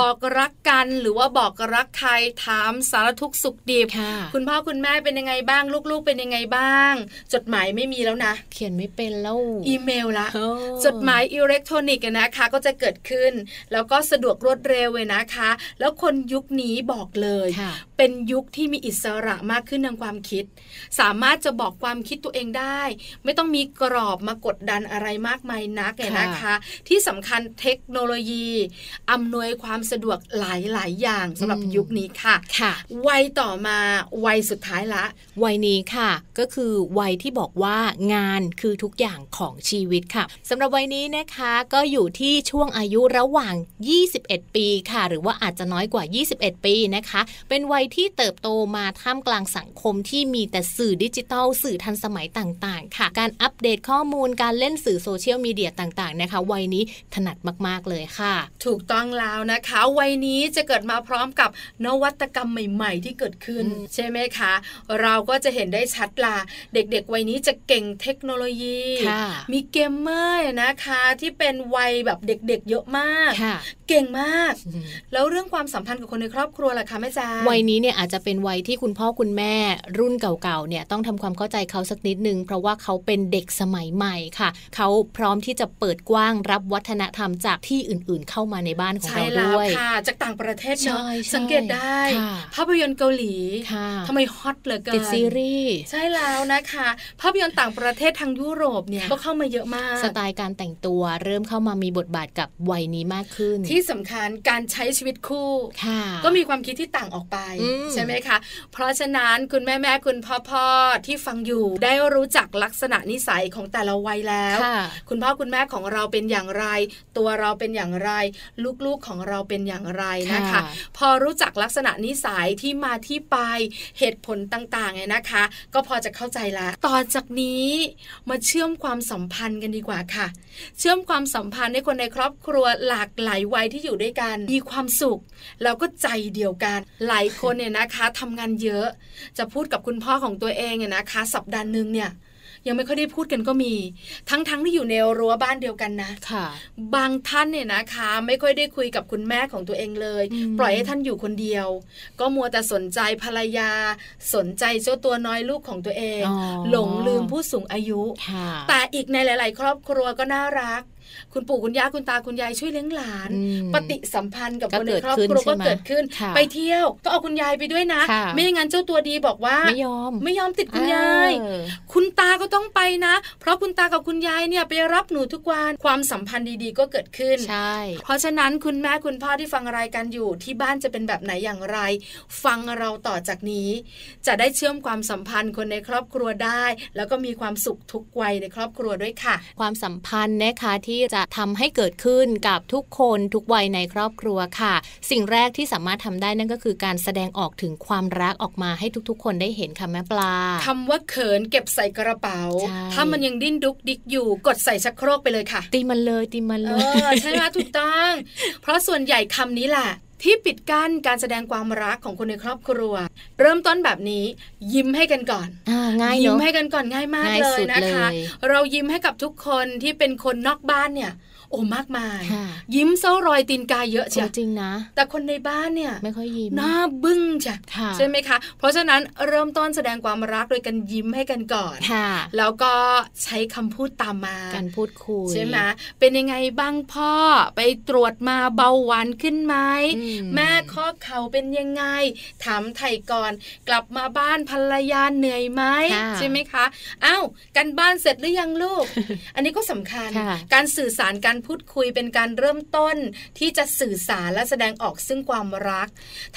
[SPEAKER 2] บอกรักกันหรือว่าบอกรักใครถามสารทุกข์สุขดิบ
[SPEAKER 1] ค่ะ
[SPEAKER 2] คุณพ่อคุณแม่เป็นยังไงบ้าง ลูกๆ เป็นยังไงบ้าง จดหมายไม่มีแล้วนะ
[SPEAKER 1] เขียนไม่เป็นแล้ว
[SPEAKER 2] อีเมลละ
[SPEAKER 1] โอ้
[SPEAKER 2] จดหมายอิเล็กทรอนิกส์อะนะคะ ก็จะเกิดขึ้น แล้วก็สะดวกรวดเร็วเลยนะคะ แล้วคนยุคนี้บอกเลย
[SPEAKER 1] ค่ะ
[SPEAKER 2] เป็นยุคที่มีอิสระมากขึ้นทางความคิด สามารถจะบอกความคิดตัวเองได้ ไม่ต้องมีกรอบมากดดันอะไรมากมายนักเนี่ยนะคะ ที่สำคัญเทคโนโลยีอำนวยความสะดวกหลาย ลาย ๆ อย่างสำหรับ
[SPEAKER 1] อืม
[SPEAKER 2] ยุคนี้ค่ะ
[SPEAKER 1] ค่ะ
[SPEAKER 2] วัยต่อมาวัยสุดท้ายละ
[SPEAKER 1] วัยนี้ค่ะ ก็คือวัยที่บอกว่างานคือทุกอย่างของชีวิตค่ะสำหรับวัยนี้นะคะก็อยู่ที่ช่วงอายุระหว่าง 21 ปีค่ะ หรือว่าอาจจะน้อยกว่า 21 ปีนะคะ เป็นวัยที่เติบโตมาท่ามกลางสังคมที่มีแต่สื่อดิจิทัล สื่อทันสมัยต่างๆ ค่ะ การอัปเดตข้อมูลการเล่นสื่อโซเชียลมีเดียต่างๆนะคะ วัยนี้ถนัดมากๆเลยค่ะ
[SPEAKER 2] ถูกต้องแล้วนะคะ วัยนี้จะเกิดมาพร้อมกับนวัตกรรมใหม่ ๆ ที่เกิดขึ้น
[SPEAKER 1] อืม
[SPEAKER 2] ใช่ไหมคะ เราก็จะเห็นได้ชัดล่ะเด็ก ๆ วัยนี้จะเก่งเทคโนโลยี
[SPEAKER 1] ค่ะ
[SPEAKER 2] มีเกมเมอร์นะคะที่เป็นวัยแบบเด็กๆ เยอะมาก
[SPEAKER 1] ค่ะ
[SPEAKER 2] เก่งมาก
[SPEAKER 1] อืม
[SPEAKER 2] แล้วเรื่องความสัมพันธ์กับคนในครอบครัวล่ะคะแม่จาง
[SPEAKER 1] วัยนี้เนี่ยอาจจะเป็นวัยที่คุณพ่อคุณแม่รุ่นเก่าๆเนี่ยต้องทำความเข้าใจเขาสักนิดนึง เพราะว่าเขาเป็นเด็กสมัยใหม่ค่ะ เขาพร้อมที่จะเปิดกว้างรับวัฒนธรรมจากที่อื่นๆ เข้ามาในบ้านของ
[SPEAKER 2] ใช่
[SPEAKER 1] เรา
[SPEAKER 2] แล้ว
[SPEAKER 1] ด้วย
[SPEAKER 2] ค่ะ จากต่างประเทศเนอะ
[SPEAKER 1] ใช่ใช่
[SPEAKER 2] สังเกตได้
[SPEAKER 1] ค่ะ
[SPEAKER 2] ภาพยนตร์เกาหลี
[SPEAKER 1] ค่ะ
[SPEAKER 2] ทำไมฮอตเหลือเกิน
[SPEAKER 1] ติดซีรีส์
[SPEAKER 2] ใช่แล้วนะคะ ภาพยนตร์ต่างประเทศทางยุโรปเนี่ย
[SPEAKER 1] ค่ะ
[SPEAKER 2] ก็เข้ามาเยอะมาก
[SPEAKER 1] สไตล์การแต่งตัวเริ่มเข้ามามีบทบาทกับวัยนี้มากขึ้น
[SPEAKER 2] ที่สำคัญการใช้ชีวิตคู่
[SPEAKER 1] ค่ะ
[SPEAKER 2] ก็มีความคิดที่ต่างออกไป
[SPEAKER 1] อืม
[SPEAKER 2] ใช่ไหมคะ เพราะฉะนั้นคุณแม่แม่ๆคุณพ่อพ่อๆที่ฟังอยู่ได้รู้จักลักษณะนิสัยของแต่ละวัยแล้ว
[SPEAKER 1] ค่ะ
[SPEAKER 2] คุณพ่อคุณแม่ของเราเป็นอย่างไร ตัวเราเป็นอย่างไร ลูกๆของเราเป็นอย่างไรนะคะ
[SPEAKER 1] ค่ะ
[SPEAKER 2] พอรู้จักลักษณะนิสัยที่มาที่ไปเหตุผลต่างๆเนี่ยนะคะ ก็พอจะเข้าใจละต่อจากนี้มาเชื่อมความสัมพันธ์กันดีกว่าค่ะ เชื่อมความสัมพันธ์ให้คนในครอบครัวหลากหลายวัยที่อยู่ด้วยกัน มีความสุข แล้วก็ใจเดียวกัน หลายคนเนี่ยนะคะทำงานเยอะ จะพูดกับคุณพ่อของตัวเองเนี่ยนะคะ สัปดาห์หนึ่งเนี่ย ยังไม่ค่อยได้พูดกันก็มี ทั้งๆที่อยู่ในรั้วบ้านเดียวกันนะ
[SPEAKER 1] ค่ะ
[SPEAKER 2] บางท่านเนี่ยนะคะ ไม่ค่อยได้คุยกับคุณแม่ของตัวเองเลย
[SPEAKER 1] อืม
[SPEAKER 2] ปล่อยให้ท่านอยู่คนเดียว ก็มัวแต่สนใจภรรยา สนใจเจ้าตัวน้อยลูกของตัวเอง
[SPEAKER 1] อ๋อ
[SPEAKER 2] หลงลืมผู้สูงอายุ
[SPEAKER 1] ค่ะ
[SPEAKER 2] แต่อีกในหลาย ๆ ครอบครัวก็น่ารัก คุณปู่คุณย่าคุณตาคุณยายช่วยเลี้ยงหลาน
[SPEAKER 1] อืม
[SPEAKER 2] ปฏิสัมพันธ์กับ
[SPEAKER 1] ก็
[SPEAKER 2] คนใน
[SPEAKER 1] เกิด
[SPEAKER 2] ครอบ
[SPEAKER 1] ขึ้น
[SPEAKER 2] ครัว
[SPEAKER 1] ใช่
[SPEAKER 2] ก็
[SPEAKER 1] ไหม
[SPEAKER 2] เกิดขึ้น
[SPEAKER 1] ค่ะ
[SPEAKER 2] ไปเที่ยวก็เอาคุณยายไปด้วยนะ
[SPEAKER 1] ค่ะ
[SPEAKER 2] ไม่อย่างนั้นเจ้าตัวดีบอกว่า
[SPEAKER 1] ไม่ยอม
[SPEAKER 2] ไม่ยอมติดคุณยาย
[SPEAKER 1] เออ
[SPEAKER 2] คุณตาก็ต้องไปนะ เพราะคุณตากับคุณยายเนี่ยไปรับหนูทุกวัน ความสัมพันธ์ดีๆ ก็เกิดขึ้น
[SPEAKER 1] ใช่
[SPEAKER 2] เพราะฉะนั้นคุณแม่คุณพ่อที่ฟังรายการอยู่ที่บ้านจะเป็นแบบไหนอย่างไร ฟังเราต่อจากนี้ จะได้เชื่อมความสัมพันธ์คนในครอบครัวได้ แล้วก็มีความสุขทุกวัยในครอบครัวด้วยค่ะ
[SPEAKER 1] ความสัมพันธ์นะคะที่จะทำให้เกิดขึ้นกับทุกคนทุกวัยในครอบครัวค่ะ สิ่งแรกที่สามารถทำได้นั่นก็คือการแสดงออกถึงความรักออกมาให้ทุกๆ คนได้เห็นค่ะแม่ปลา
[SPEAKER 2] คำว่าเขินเก็บใส่กระเป๋า
[SPEAKER 1] ใช่
[SPEAKER 2] ถ้ามันยังดิ้นดุกดิกอยู่ กดใส่ชักโครกไปเลยค่ะ
[SPEAKER 1] ตีมันเลยตีมัน
[SPEAKER 2] เอ
[SPEAKER 1] เลย
[SPEAKER 2] อใช่ไหมถูกต้อง เพราะส่วนใหญ่คำนี้แหละที่ปิดกั้นการแสดงความรักของคนในครอบครัว เริ่มต้นแบบนี้ ยิ้มให้กันก่อน
[SPEAKER 1] อ่าง่าย
[SPEAKER 2] ยิ้ม
[SPEAKER 1] เนาะ
[SPEAKER 2] ให้กันก่อนง่ายมาก
[SPEAKER 1] ง่าย
[SPEAKER 2] เลย
[SPEAKER 1] สุด
[SPEAKER 2] นะคะ
[SPEAKER 1] เลย
[SPEAKER 2] เรายิ้มให้กับทุกคนที่เป็นคนนอกบ้านเนี่ย โอ้มากมาย
[SPEAKER 1] ค่ะ
[SPEAKER 2] ยิ้มเศร้ารอยตีนกายเยอะ
[SPEAKER 1] จ
[SPEAKER 2] เชียว
[SPEAKER 1] ริงๆนะ
[SPEAKER 2] แต่คนในบ้านเนี่ย
[SPEAKER 1] ไม่ค่อยยิ้ม
[SPEAKER 2] หน้าบึ้งจ้ะ
[SPEAKER 1] ค่ะ
[SPEAKER 2] ใช่ไหมคะ เพราะฉะนั้นเริ่มต้นแสดงความรักโดยการยิ้มให้กันก่อน
[SPEAKER 1] ค่ะ
[SPEAKER 2] แล้วก็ใช้คำพูดตามมา
[SPEAKER 1] การพูดคุย
[SPEAKER 2] ใช่ไหมเป็นยังไงบ้างพ่อไปตรวจมาเบาหวานขึ้นไหม
[SPEAKER 1] อื
[SPEAKER 2] แม่ข้อเข่าเป็นยังไง ถามไถ่ก่อน กลับมาบ้านภรรยาเหนื่อยไหม
[SPEAKER 1] ค่ะ
[SPEAKER 2] ใช่ไหมคะอ้าวกันบ้านเสร็จหรือยังลู ก อันนี้ก็สำคัญ
[SPEAKER 1] ค่ะ
[SPEAKER 2] การสื่อสารการพูดคุยเป็นการเริ่มต้น ที่จะสื่อสารและแสดงออกซึ่งความรัก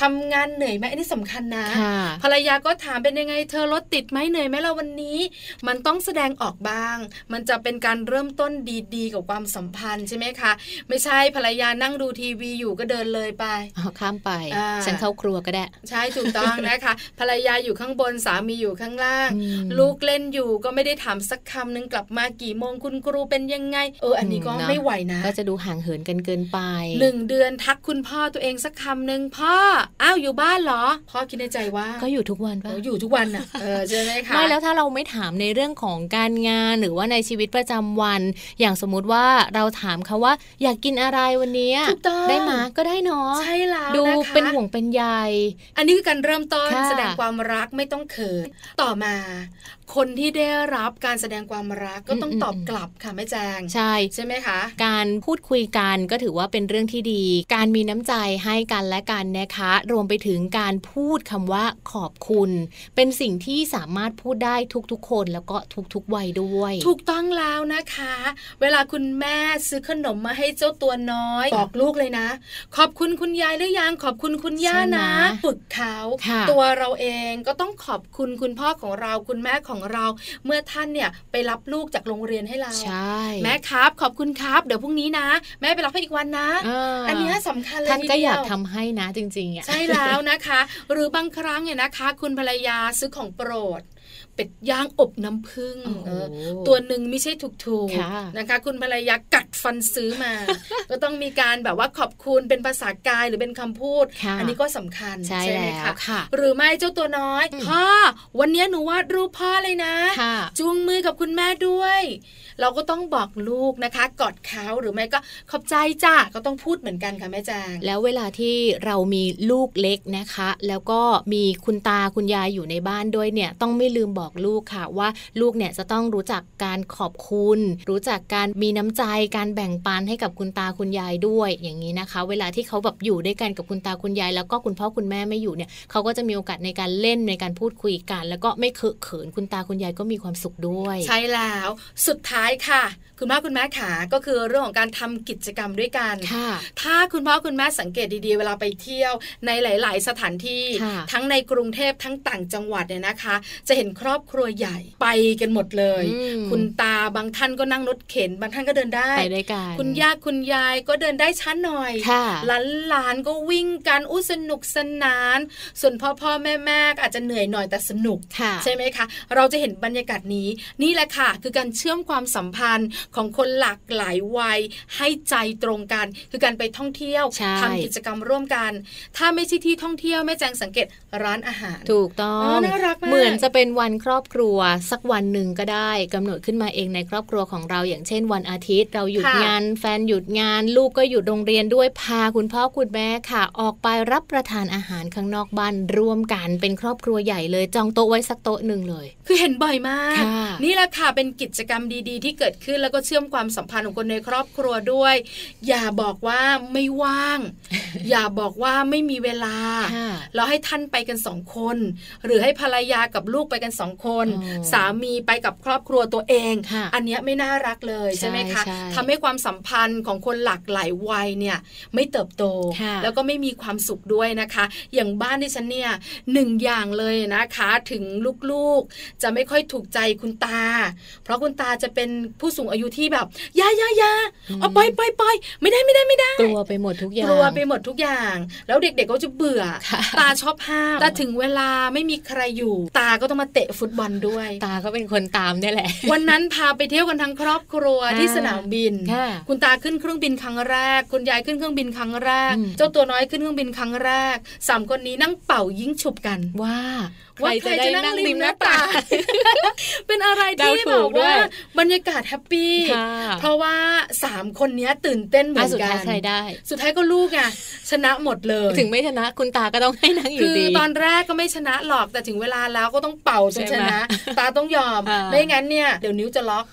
[SPEAKER 2] ทำงานเหนื่อยไหมอันนี้สำคัญนะ
[SPEAKER 1] ค่ะ
[SPEAKER 2] ภรรยาก็ถามเป็นยังไงเธอรถติดไหมเหนื่อยไหมเราวันนี้ มันต้องแสดงออกบ้าง มันจะเป็นการเริ่มต้นดีๆ กับความสัมพันธ์ใช่ไหมคะ ไม่ใช่ภรรยานั่งดูทีวีอยู่ก็เดินเลยไป
[SPEAKER 1] เอาข้ามไป
[SPEAKER 2] อ่า
[SPEAKER 1] ฉันเข้าครัวก็ได้
[SPEAKER 2] ใช่ถูกต้องนะคะ ภรรยาอยู่ข้างบนสามีอยู่ข้างล่าง
[SPEAKER 1] อืม
[SPEAKER 2] ลูกเล่นอยู่ก็ไม่ได้ถามสักคำนึงกลับมากี่โมงคุณครูเป็นยังไง เอออันนี้ก็
[SPEAKER 1] อืมเนอะ
[SPEAKER 2] ไม่ไหวนะ
[SPEAKER 1] ก็จะดูห่างเหินกันเกินไป
[SPEAKER 2] หนึ่งเดือนทักคุณพ่อตัวเองสักคำนึงพ่ออ้าวอยู่บ้านเหรอพ่อคิดในใจว่า
[SPEAKER 1] ก็อยู่ทุกวัน
[SPEAKER 2] เอ
[SPEAKER 1] ปะ
[SPEAKER 2] ออยู่ทุกวันน่ะเออใช่ไหมคะ
[SPEAKER 1] ไม่แล้วถ้าเราไม่ถามในเรื่องของการงานหรือว่าในชีวิตประจำวัน อย่างสมมุติว่าเราถามเขาว่า อยากกินอะไรวันเนี้ย
[SPEAKER 2] ถูกต้อง
[SPEAKER 1] ได้ไหมาก็ได้เนาะ
[SPEAKER 2] ใช่แล้ว
[SPEAKER 1] ดู
[SPEAKER 2] นะคะ
[SPEAKER 1] เป็นห่วงเป็นใย
[SPEAKER 2] อันนี้คือการเริ่มต้น
[SPEAKER 1] ค่ะ
[SPEAKER 2] แสดงความรักไม่ต้องเขินต่อมา คนที่ได้รับการแสดงความรักก็ต้อง
[SPEAKER 1] อืม
[SPEAKER 2] ตอบกลับค่ะแม่แจง
[SPEAKER 1] ใช่
[SPEAKER 2] ใช่ไหมคะ
[SPEAKER 1] การพูดคุยกันก็ถือว่าเป็นเรื่องที่ดี การมีน้ำใจให้กันและกันนะคะ รวมไปถึงการพูดคำว่าขอบคุณ เป็นสิ่งที่สามารถพูดได้ทุกๆ คนแล้วก็ทุกๆวัยด้วย
[SPEAKER 2] ถูกต้องแล้วนะคะ เวลาคุณแม่ซื้อขนมมาให้เจ้าตัวน้อย บอกลูกเลยนะ ขอบคุณคุณยายหรือยังขอบคุณคุณย่านะ
[SPEAKER 1] ใช่ไหม
[SPEAKER 2] ฝึกเขา
[SPEAKER 1] ค่ะ
[SPEAKER 2] ตัวเราเองก็ต้องขอบคุณคุณพ่อของเราคุณแม่ของเรา เมื่อท่านเนี่ยไปรับลูกจากโรงเรียนให้เรา
[SPEAKER 1] ใช่
[SPEAKER 2] แม่ครับ ขอบคุณครับ เดี๋ยวพรุ่งนี้นะ แม่ไปรับให้อีกวันนะ
[SPEAKER 1] อ่า
[SPEAKER 2] อันเนี้ยสำคัญเลย
[SPEAKER 1] ท่านก็
[SPEAKER 2] ทีเดีวย
[SPEAKER 1] อากทำให้นะจริงๆอ่ะ
[SPEAKER 2] ใช่แล้วนะคะ หรือบางครั้งเนี่ยนะคะ คุณภรรยาซื้อของโปรด เป็ดย่างอบน้ำผึ้ง
[SPEAKER 1] โอ้โห
[SPEAKER 2] เออตัวหนึ่งไม่ใช่ถูก
[SPEAKER 1] ค่ะ
[SPEAKER 2] ๆนะคะ คุณภรรยากัดฟันซื้อ มา ก็ต้องมีการแบบว่าขอบคุณเป็นภาษากายหรือเป็นคำพูด
[SPEAKER 1] ค่ะ
[SPEAKER 2] อันี้ก็สำคัญ
[SPEAKER 1] ใช่
[SPEAKER 2] ไหม
[SPEAKER 1] แล้วค่ะ
[SPEAKER 2] หรือไม่เจ้าตัวน้อย
[SPEAKER 1] อืม
[SPEAKER 2] พ่อวันเนี้ยหนูวาดรูปพ่อเลยนะ
[SPEAKER 1] ค่ะ
[SPEAKER 2] จูงมือกับคุณแม่ด้วย เราก็ต้องบอกลูกนะคะ กอดเขาหรือไม่ก็ขอบใจจ้าก็ต้องพูดเหมือนกันค่ะแม่แจาง
[SPEAKER 1] แล้วเวลาที่เรามีลูกเล็กนะคะ แล้วก็มีคุณตาคุณยายอยู่ในบ้านด้วยเนี่ยต้องไม่ลืมบอกลูกค่ะว่าลูกเนี่ยจะต้องรู้จักการขอบคุณ รู้จักการมีน้ำใจการแบ่งปันให้กับคุณตาคุณยายด้วยอย่างนี้นะคะ เวลาที่เขาแบบอยู่ด้วยกันกับคุณตาคุณยาย แล้วก็คุณพ่อคุณแม่ไม่อยู่เนี่ยเขาก็จะมีโอกาสในการเล่นในการพูดคุยกัน แล้วก็ไม่เคอะเขินคุณตาคุณยายก็มีความสุขด้วย
[SPEAKER 2] ใช่แล้วสุดท้ายค่ะ คุณพ่อคุณแม่ขาก็คือเรื่องของการทำกิจกรรมด้วยกัน
[SPEAKER 1] ค่ะ
[SPEAKER 2] ถ้าคุณพ่อคุณแม่สังเกตดีๆ เวลาไปเที่ยวในหลาย ๆ สถานที่
[SPEAKER 1] ค่ะ
[SPEAKER 2] ทั้งในกรุงเทพทั้งต่างจังหวัดเนี่ยนะคะ จะเห็นครอบครัวใหญ่ไปกันหมดเลย
[SPEAKER 1] อืม
[SPEAKER 2] คุณตาบางท่านก็นั่งรถเข็น บางท่านก็เดินได้
[SPEAKER 1] ไปด้วยกัน
[SPEAKER 2] คุณย่าคุณยายก็เดินได้ช้าหน่อย
[SPEAKER 1] ค่ะ
[SPEAKER 2] หลานๆก็วิ่งกันอู้สนุกสนาน ส่วนพ่อพ่อๆแม่แม่ๆก็อาจจะเหนื่อยหน่อยแต่สนุก
[SPEAKER 1] ค่ะ
[SPEAKER 2] ใช่ไหมคะ เราจะเห็นบรรยากาศนี้ นี่แหละค่ะ คือการเชื่อมความสัมพันธ์ของคนหลากหลายวัย ให้ใจตรงกัน คือการไปท่องเที่ยว
[SPEAKER 1] ใช่
[SPEAKER 2] ทำกิจกรรมร่วมกัน ถ้าไม่ใช่ที่ท่องเที่ยวแม่แจงสังเกตร้านอาหาร
[SPEAKER 1] ถูกต้อง
[SPEAKER 2] อ๋อน่ารักมาก
[SPEAKER 1] เหมือนจะเป็นวันครอบครัวสักวันหนึ่งก็ได้กำหนดขึ้นมาเองในครอบครัวของเรา อย่างเช่น วันอาทิตย์ เราหยุด
[SPEAKER 2] ค่ะ
[SPEAKER 1] งาน แฟนหยุดงาน ลูกก็หยุดโรงเรียนด้วยพาคุณพ่อคุณแม่ค่ะ ออกไปรับประทานอาหารข้างนอกบ้านร่วมกันเป็นครอบครัวใหญ่เลยจองโต๊ะไว้สักโต๊ะหนึ่งเลย
[SPEAKER 2] คือเห็นบ่อยมาก
[SPEAKER 1] ค่ะ
[SPEAKER 2] นี่แหละค่ะเป็นกิจกรรมดี ๆ ที่เกิดขึ้นแล้วก็เชื่อมความสัมพันธ์ของคนในครอบครัวด้วย อย่าบอกว่าไม่ ว่าง อย่าบอกว่าไม่มีเวลา
[SPEAKER 1] ค่ะ
[SPEAKER 2] เราให้ท่านไปกันสองคน หรือให้ภรรยากับลูกไปกันสองคน
[SPEAKER 1] อ๋อ
[SPEAKER 2] สามีไปกับครอบครัวตัวเอง
[SPEAKER 1] ค่ะ
[SPEAKER 2] อันเนี้ยไม่น่ารักเลยใช่ไหมคะ
[SPEAKER 1] ใช่
[SPEAKER 2] ทำให้ความสัมพันธ์ของคนหลากหลายวัยเนี่ยไม่เติบโต
[SPEAKER 1] ค่ะ
[SPEAKER 2] แล้วก็ไม่มีความสุขด้วยนะคะ อย่างบ้านที่ฉันเนี่ยหนึ่งอย่างเลยนะคะ ถึงลูกๆจะไม่ค่อยถูกใจคุณตา เพราะคุณตาจะเป็นผู้สูงอายุที่แบบอยาอยาอยา
[SPEAKER 1] อืม
[SPEAKER 2] เอาไปไปไปไม่ได้ไม่ได้ไม่ได้
[SPEAKER 1] กลัวไปหมดทุกอย่าง
[SPEAKER 2] กลัวไปหมดทุกอย่าง แล้วเด็กๆก็จะเบื่อ
[SPEAKER 1] ค่ะ
[SPEAKER 2] ตาชอบห้ามแต่ถึงเวลาไม่มีใครอยู่ ตาก็ต้องมาเตะฟุตบอลด้วย
[SPEAKER 1] ตาก็เป็นคนตามเนี่ยแหละ
[SPEAKER 2] วันนั้นพาไปเที่ยวกันทั้งครอบครัว
[SPEAKER 1] อ่า
[SPEAKER 2] ที่สนามบิน
[SPEAKER 1] ค่ะ
[SPEAKER 2] คุณตาขึ้นเครื่องบินครั้งแรก คุณยายขึ้นเครื่องบินครั้งแรก
[SPEAKER 1] อืม
[SPEAKER 2] เจ้าตัวน้อยขึ้นเครื่องบินครั้งแรกสามคนนี้นั่งเป่ายิงฉุบกัน
[SPEAKER 1] ว่า
[SPEAKER 2] ว่าใครจะนั่งริมหน้าต่าง เป็นอะไรที่
[SPEAKER 1] เดาถู
[SPEAKER 2] แบบ
[SPEAKER 1] กด้วย
[SPEAKER 2] ว่าบรรยากาศแฮปปี้
[SPEAKER 1] ค่ะ
[SPEAKER 2] เพราะว่าสามคนเนี้ยตื่นเต้นเหมื
[SPEAKER 1] อ่ะ
[SPEAKER 2] อน
[SPEAKER 1] สุด
[SPEAKER 2] กั
[SPEAKER 1] ท้าน ยใครได้
[SPEAKER 2] สุดท้ายก็ลูกไงชนะหมดเลย
[SPEAKER 1] ถึงไม่ชนะคุณตาก็ต้องให้นั่งอยู่
[SPEAKER 2] คือ
[SPEAKER 1] ดี
[SPEAKER 2] ตอนแรกก็ไม่ชนะหรอกแต่ถึงเวลาแล้วก็ต้องเป่าจน
[SPEAKER 1] ใช่
[SPEAKER 2] ช
[SPEAKER 1] ไหม
[SPEAKER 2] นะ ตาต้องยอม
[SPEAKER 1] อ่า
[SPEAKER 2] ไม่งั้นเนี่ยเดี๋ยวนิ้วจะ ล็อก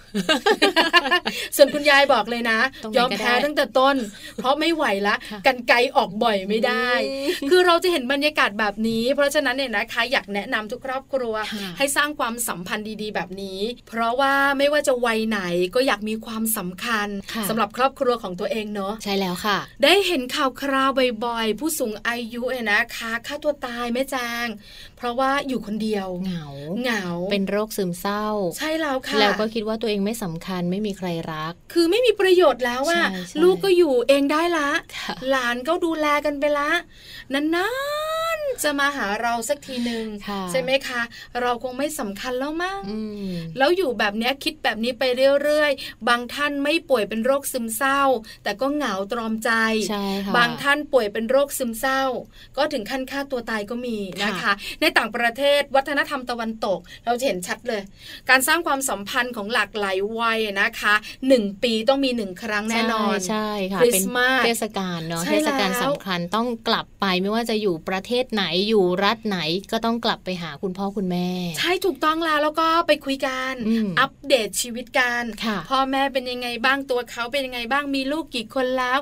[SPEAKER 2] ส่วนคุณยายบอกเลยนะ
[SPEAKER 1] ตรงไหน
[SPEAKER 2] ยอม
[SPEAKER 1] ก็ได้
[SPEAKER 2] แพ้ตั้งแต่ต้น เพราะไม่ไหวละ
[SPEAKER 1] ค่ะ
[SPEAKER 2] กันไกลออกบ่อยไม่ได้
[SPEAKER 1] อืม
[SPEAKER 2] คือเราจะเห็นบรรยากาศแบบนี้ เพราะฉะนั้นเนี่ยนะคะ อยากแนะนำทุกครอบครัว
[SPEAKER 1] ค่ะ
[SPEAKER 2] ให้สร้างความสัมพันธ์ดีๆ แบบนี้ เพราะว่าไม่ว่าจะวัยไหนก็อยากมีความสำคัญ
[SPEAKER 1] ค่ะ
[SPEAKER 2] สำหรับครอบครัวของตัวเองเนาะ
[SPEAKER 1] ใช่แล้วค่ะ
[SPEAKER 2] ได้เห็นข่าวคราวบ่อยๆ ผู้สูงอายุเนี่ยนะคะฆ่าตัวตายแม่แจางเพราะว่าอยู่คนเดียว
[SPEAKER 1] เหงา
[SPEAKER 2] เหงา
[SPEAKER 1] เป็นโรคซึมเศร้า
[SPEAKER 2] ใช่แล้วค่ะ
[SPEAKER 1] แล้วก็คิดว่าตัวเองไม่สำคัญไม่มีใครรัก
[SPEAKER 2] คือไม่มีประโยชน์แล้วว่า
[SPEAKER 1] ใช่ใช่
[SPEAKER 2] ลูกก็อยู่เองได้ละ
[SPEAKER 1] ค่ะ
[SPEAKER 2] หลานก็ดูแลกันไปละนานๆจะมาหาเราสักทีหนึ่ง
[SPEAKER 1] ค่ะ
[SPEAKER 2] ใช่ไหมคะ เราคงไม่สำคัญแล้วมั้ง
[SPEAKER 1] อืม
[SPEAKER 2] แล้วอยู่แบบเนี้ยคิดแบบนี้ไปเรื่อยๆ บางท่านไม่ป่วยเป็นโรคซึมเศร้า แต่ก็เหงาตรอมใจ
[SPEAKER 1] ใช่ค่ะ
[SPEAKER 2] บางท่านป่วยเป็นโรคซึมเศร้า ก็ถึงขั้นฆ่าตัวตายก็มีนะคะ
[SPEAKER 1] ค่ะ
[SPEAKER 2] ในต่างประเทศวัฒนธรรมตะวันตก เราจะเห็นชัดเลย การสร้างความสัมพันธ์ของหลากหลายวัยนะคะหนึ่งปีต้องมีหนึ่งครั้งแน่นอน
[SPEAKER 1] ใช่ใช่ค่ะ
[SPEAKER 2] คริ
[SPEAKER 1] เป็
[SPEAKER 2] ส
[SPEAKER 1] น
[SPEAKER 2] ต์มาส
[SPEAKER 1] เทศกาลเนาะ
[SPEAKER 2] ใช่
[SPEAKER 1] เทศกาล
[SPEAKER 2] แล้ว
[SPEAKER 1] สำคัญต้องกลับไปไม่ว่าจะอยู่ประเทศไหน อยู่รัฐไหนก็ต้องกลับไปหาคุณพ่อคุณแม่
[SPEAKER 2] ใช่ถูกต้องแล้วแล้วก็ไปคุยกัน
[SPEAKER 1] อืม
[SPEAKER 2] อัปเดตชีวิตกัน
[SPEAKER 1] ค่ะ
[SPEAKER 2] พ่อแม่เป็นยังไงบ้างตัวเขาเป็นยังไงบ้างมีลูกกี่คนแล้ว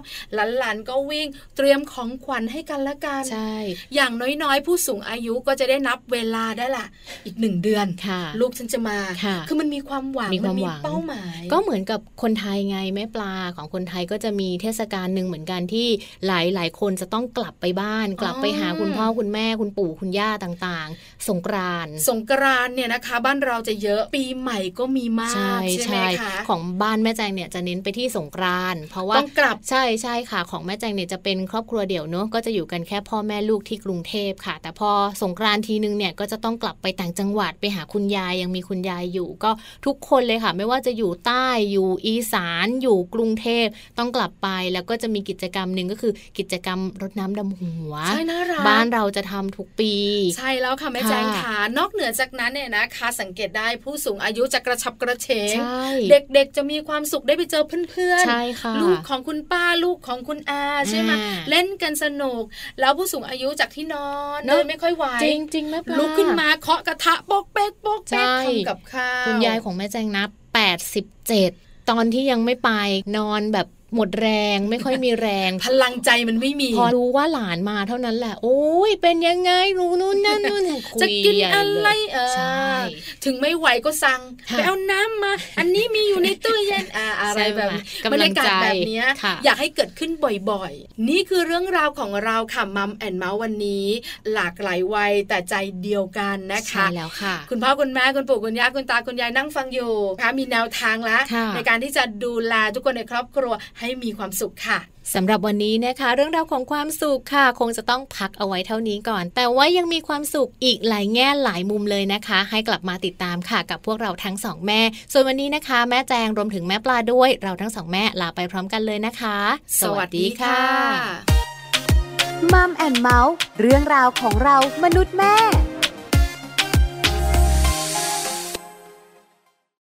[SPEAKER 2] หลานๆก็วิ่งเตรียมของขวัญให้กันและกัน
[SPEAKER 1] ใช่
[SPEAKER 2] อย่างน้อยๆ ผู้สูงอายุก็จะได้นับเวลาได้ละอีกหนึ่งเดือน
[SPEAKER 1] ค่ะ
[SPEAKER 2] ลูกฉันจะมา
[SPEAKER 1] ค่ะ
[SPEAKER 2] อมันมีความหวัง
[SPEAKER 1] มีความ
[SPEAKER 2] นมี
[SPEAKER 1] หวัง
[SPEAKER 2] เป้าหมาย
[SPEAKER 1] ก็เหมือนกับคนไทยไงแม่ปลาของคนไทยก็จะมีเทศกาลหนึ่งเหมือนกันที่หลายหลายๆคนจะต้องกลับไปบ้าน กลับไปหาคุณพ่อคุณแม่คุณปู่คุณย่าต่างๆ สงกรานต์
[SPEAKER 2] สงกรานต์เนี่ยนะคะ บ้านเราจะเยอะปีใหม่ก็มีมาก
[SPEAKER 1] ใช่
[SPEAKER 2] ใช่ไหม
[SPEAKER 1] ใช่
[SPEAKER 2] คะ
[SPEAKER 1] ของบ้านแม่แจงเนี่ยจะเน้นไปที่สงกรานต์เพราะว่า
[SPEAKER 2] ต้องกลับ
[SPEAKER 1] ใช่ใช่ค่ะ ของแม่แจงเนี่ยจะเป็นครอบครัวเดี่ยวเนอะก็จะอยู่กันแค่พ่อแม่ลูกที่กรุงเทพค่ะ แต่พอสงกรานต์ทีนึงเนี่ยก็จะต้องกลับไปต่างจังหวัดไปหาคุณยายยังมีคุณยายอยู่ ก็ทุกคนเลยค่ะ ไม่ว่าจะอยู่ใต้อยู่อีสานอยู่กรุงเทพต้องกลับไปแล้วก็จะมีกิจกรรมหนึ่งก็คือกิจกรรมรดน้ำดำหัว
[SPEAKER 2] ใช่น่ารัก
[SPEAKER 1] บ้านเราจะทำทุกปี
[SPEAKER 2] ใช่แล้วค่ะแม่
[SPEAKER 1] ค่ะ
[SPEAKER 2] แจงค่ะนอกเหนือจากนั้นเนี่ยนะคะ สังเกตได้ผู้สูงอายุจะกระชับกระเฉง
[SPEAKER 1] ใช่
[SPEAKER 2] เด็กๆจะมีความสุขได้ไปเจอเพื่อน
[SPEAKER 1] ใช่ค่ะ
[SPEAKER 2] ลูกของคุณป้าลูกของคุณอาใช่ไหม
[SPEAKER 1] อ่า
[SPEAKER 2] เล่นกันสนุก แล้วผู้สูงอายุจากที่นอน
[SPEAKER 1] เนอะ
[SPEAKER 2] เดินไม่ค่อยไหว
[SPEAKER 1] จริงจริงๆแม่ปลา
[SPEAKER 2] ลุกขึ้นมาเคาะกระทะปอกแป๊กปอก
[SPEAKER 1] ใช่
[SPEAKER 2] แป๊กทำกับข้าว
[SPEAKER 1] คุณยายของแม่แจงนะ 87 ตอนที่ยังไม่ไปนอนแบบหมดแรงไม่ค่อยมีแรง
[SPEAKER 2] พลังใจมันไม่มี
[SPEAKER 1] พอรู้ว่าหลานมาเท่านั้นแหละ โอ้ยเป็นยังไงรู้นู่นนั่นนู่ นคุย
[SPEAKER 2] จะกิน
[SPEAKER 1] ใหญ่
[SPEAKER 2] อะ
[SPEAKER 1] เลย
[SPEAKER 2] ไรเออ
[SPEAKER 1] ใช่
[SPEAKER 2] ถึงไม่ไหวก็สั่ง
[SPEAKER 1] ค่ะ
[SPEAKER 2] ไปเอาน้ำมา อันนี้มีอยู่ในตู้เย็นอ่าอะไร
[SPEAKER 1] ใช่ไหม
[SPEAKER 2] แบบนี้
[SPEAKER 1] กำลัง
[SPEAKER 2] บรรยากาศแบบเนี้ย
[SPEAKER 1] ใจค่ะ
[SPEAKER 2] อยากให้เกิดขึ้นบ่อยๆ นี่คือเรื่องราวของเราค่ะมัมแอนเมาส์วันนี้ หลากหลายวัยแต่ใจเดียวกันนะคะ
[SPEAKER 1] ใช่แล้วค่ะ
[SPEAKER 2] คุณพ่อคุณแม่คุณปู่คุณย่าคุณตาคุณยายนั่งฟังอยู่ค่ะมีแนวทางละ
[SPEAKER 1] ค่ะ
[SPEAKER 2] ในการที่จะดูแลทุกคนในครอบครัวให้มีความสุขค่ะ
[SPEAKER 1] สำหรับวันนี้นะคะ เรื่องราวของความสุขค่ะ คงจะต้องพักเอาไว้เท่านี้ก่อน แต่ว่ายังมีความสุขอีกหลายแง่หลายมุมเลยนะคะ ให้กลับมาติดตามค่ะ กับพวกเราทั้งสองแม่ ส่วนวันนี้นะคะ แม่แจงรวมถึงแม่ปลาด้วย เราทั้งสองแม่ลาไปพร้อมกันเลยนะคะ
[SPEAKER 5] มัมแอนเมาส์เรื่องราวของเรามนุษย์แม่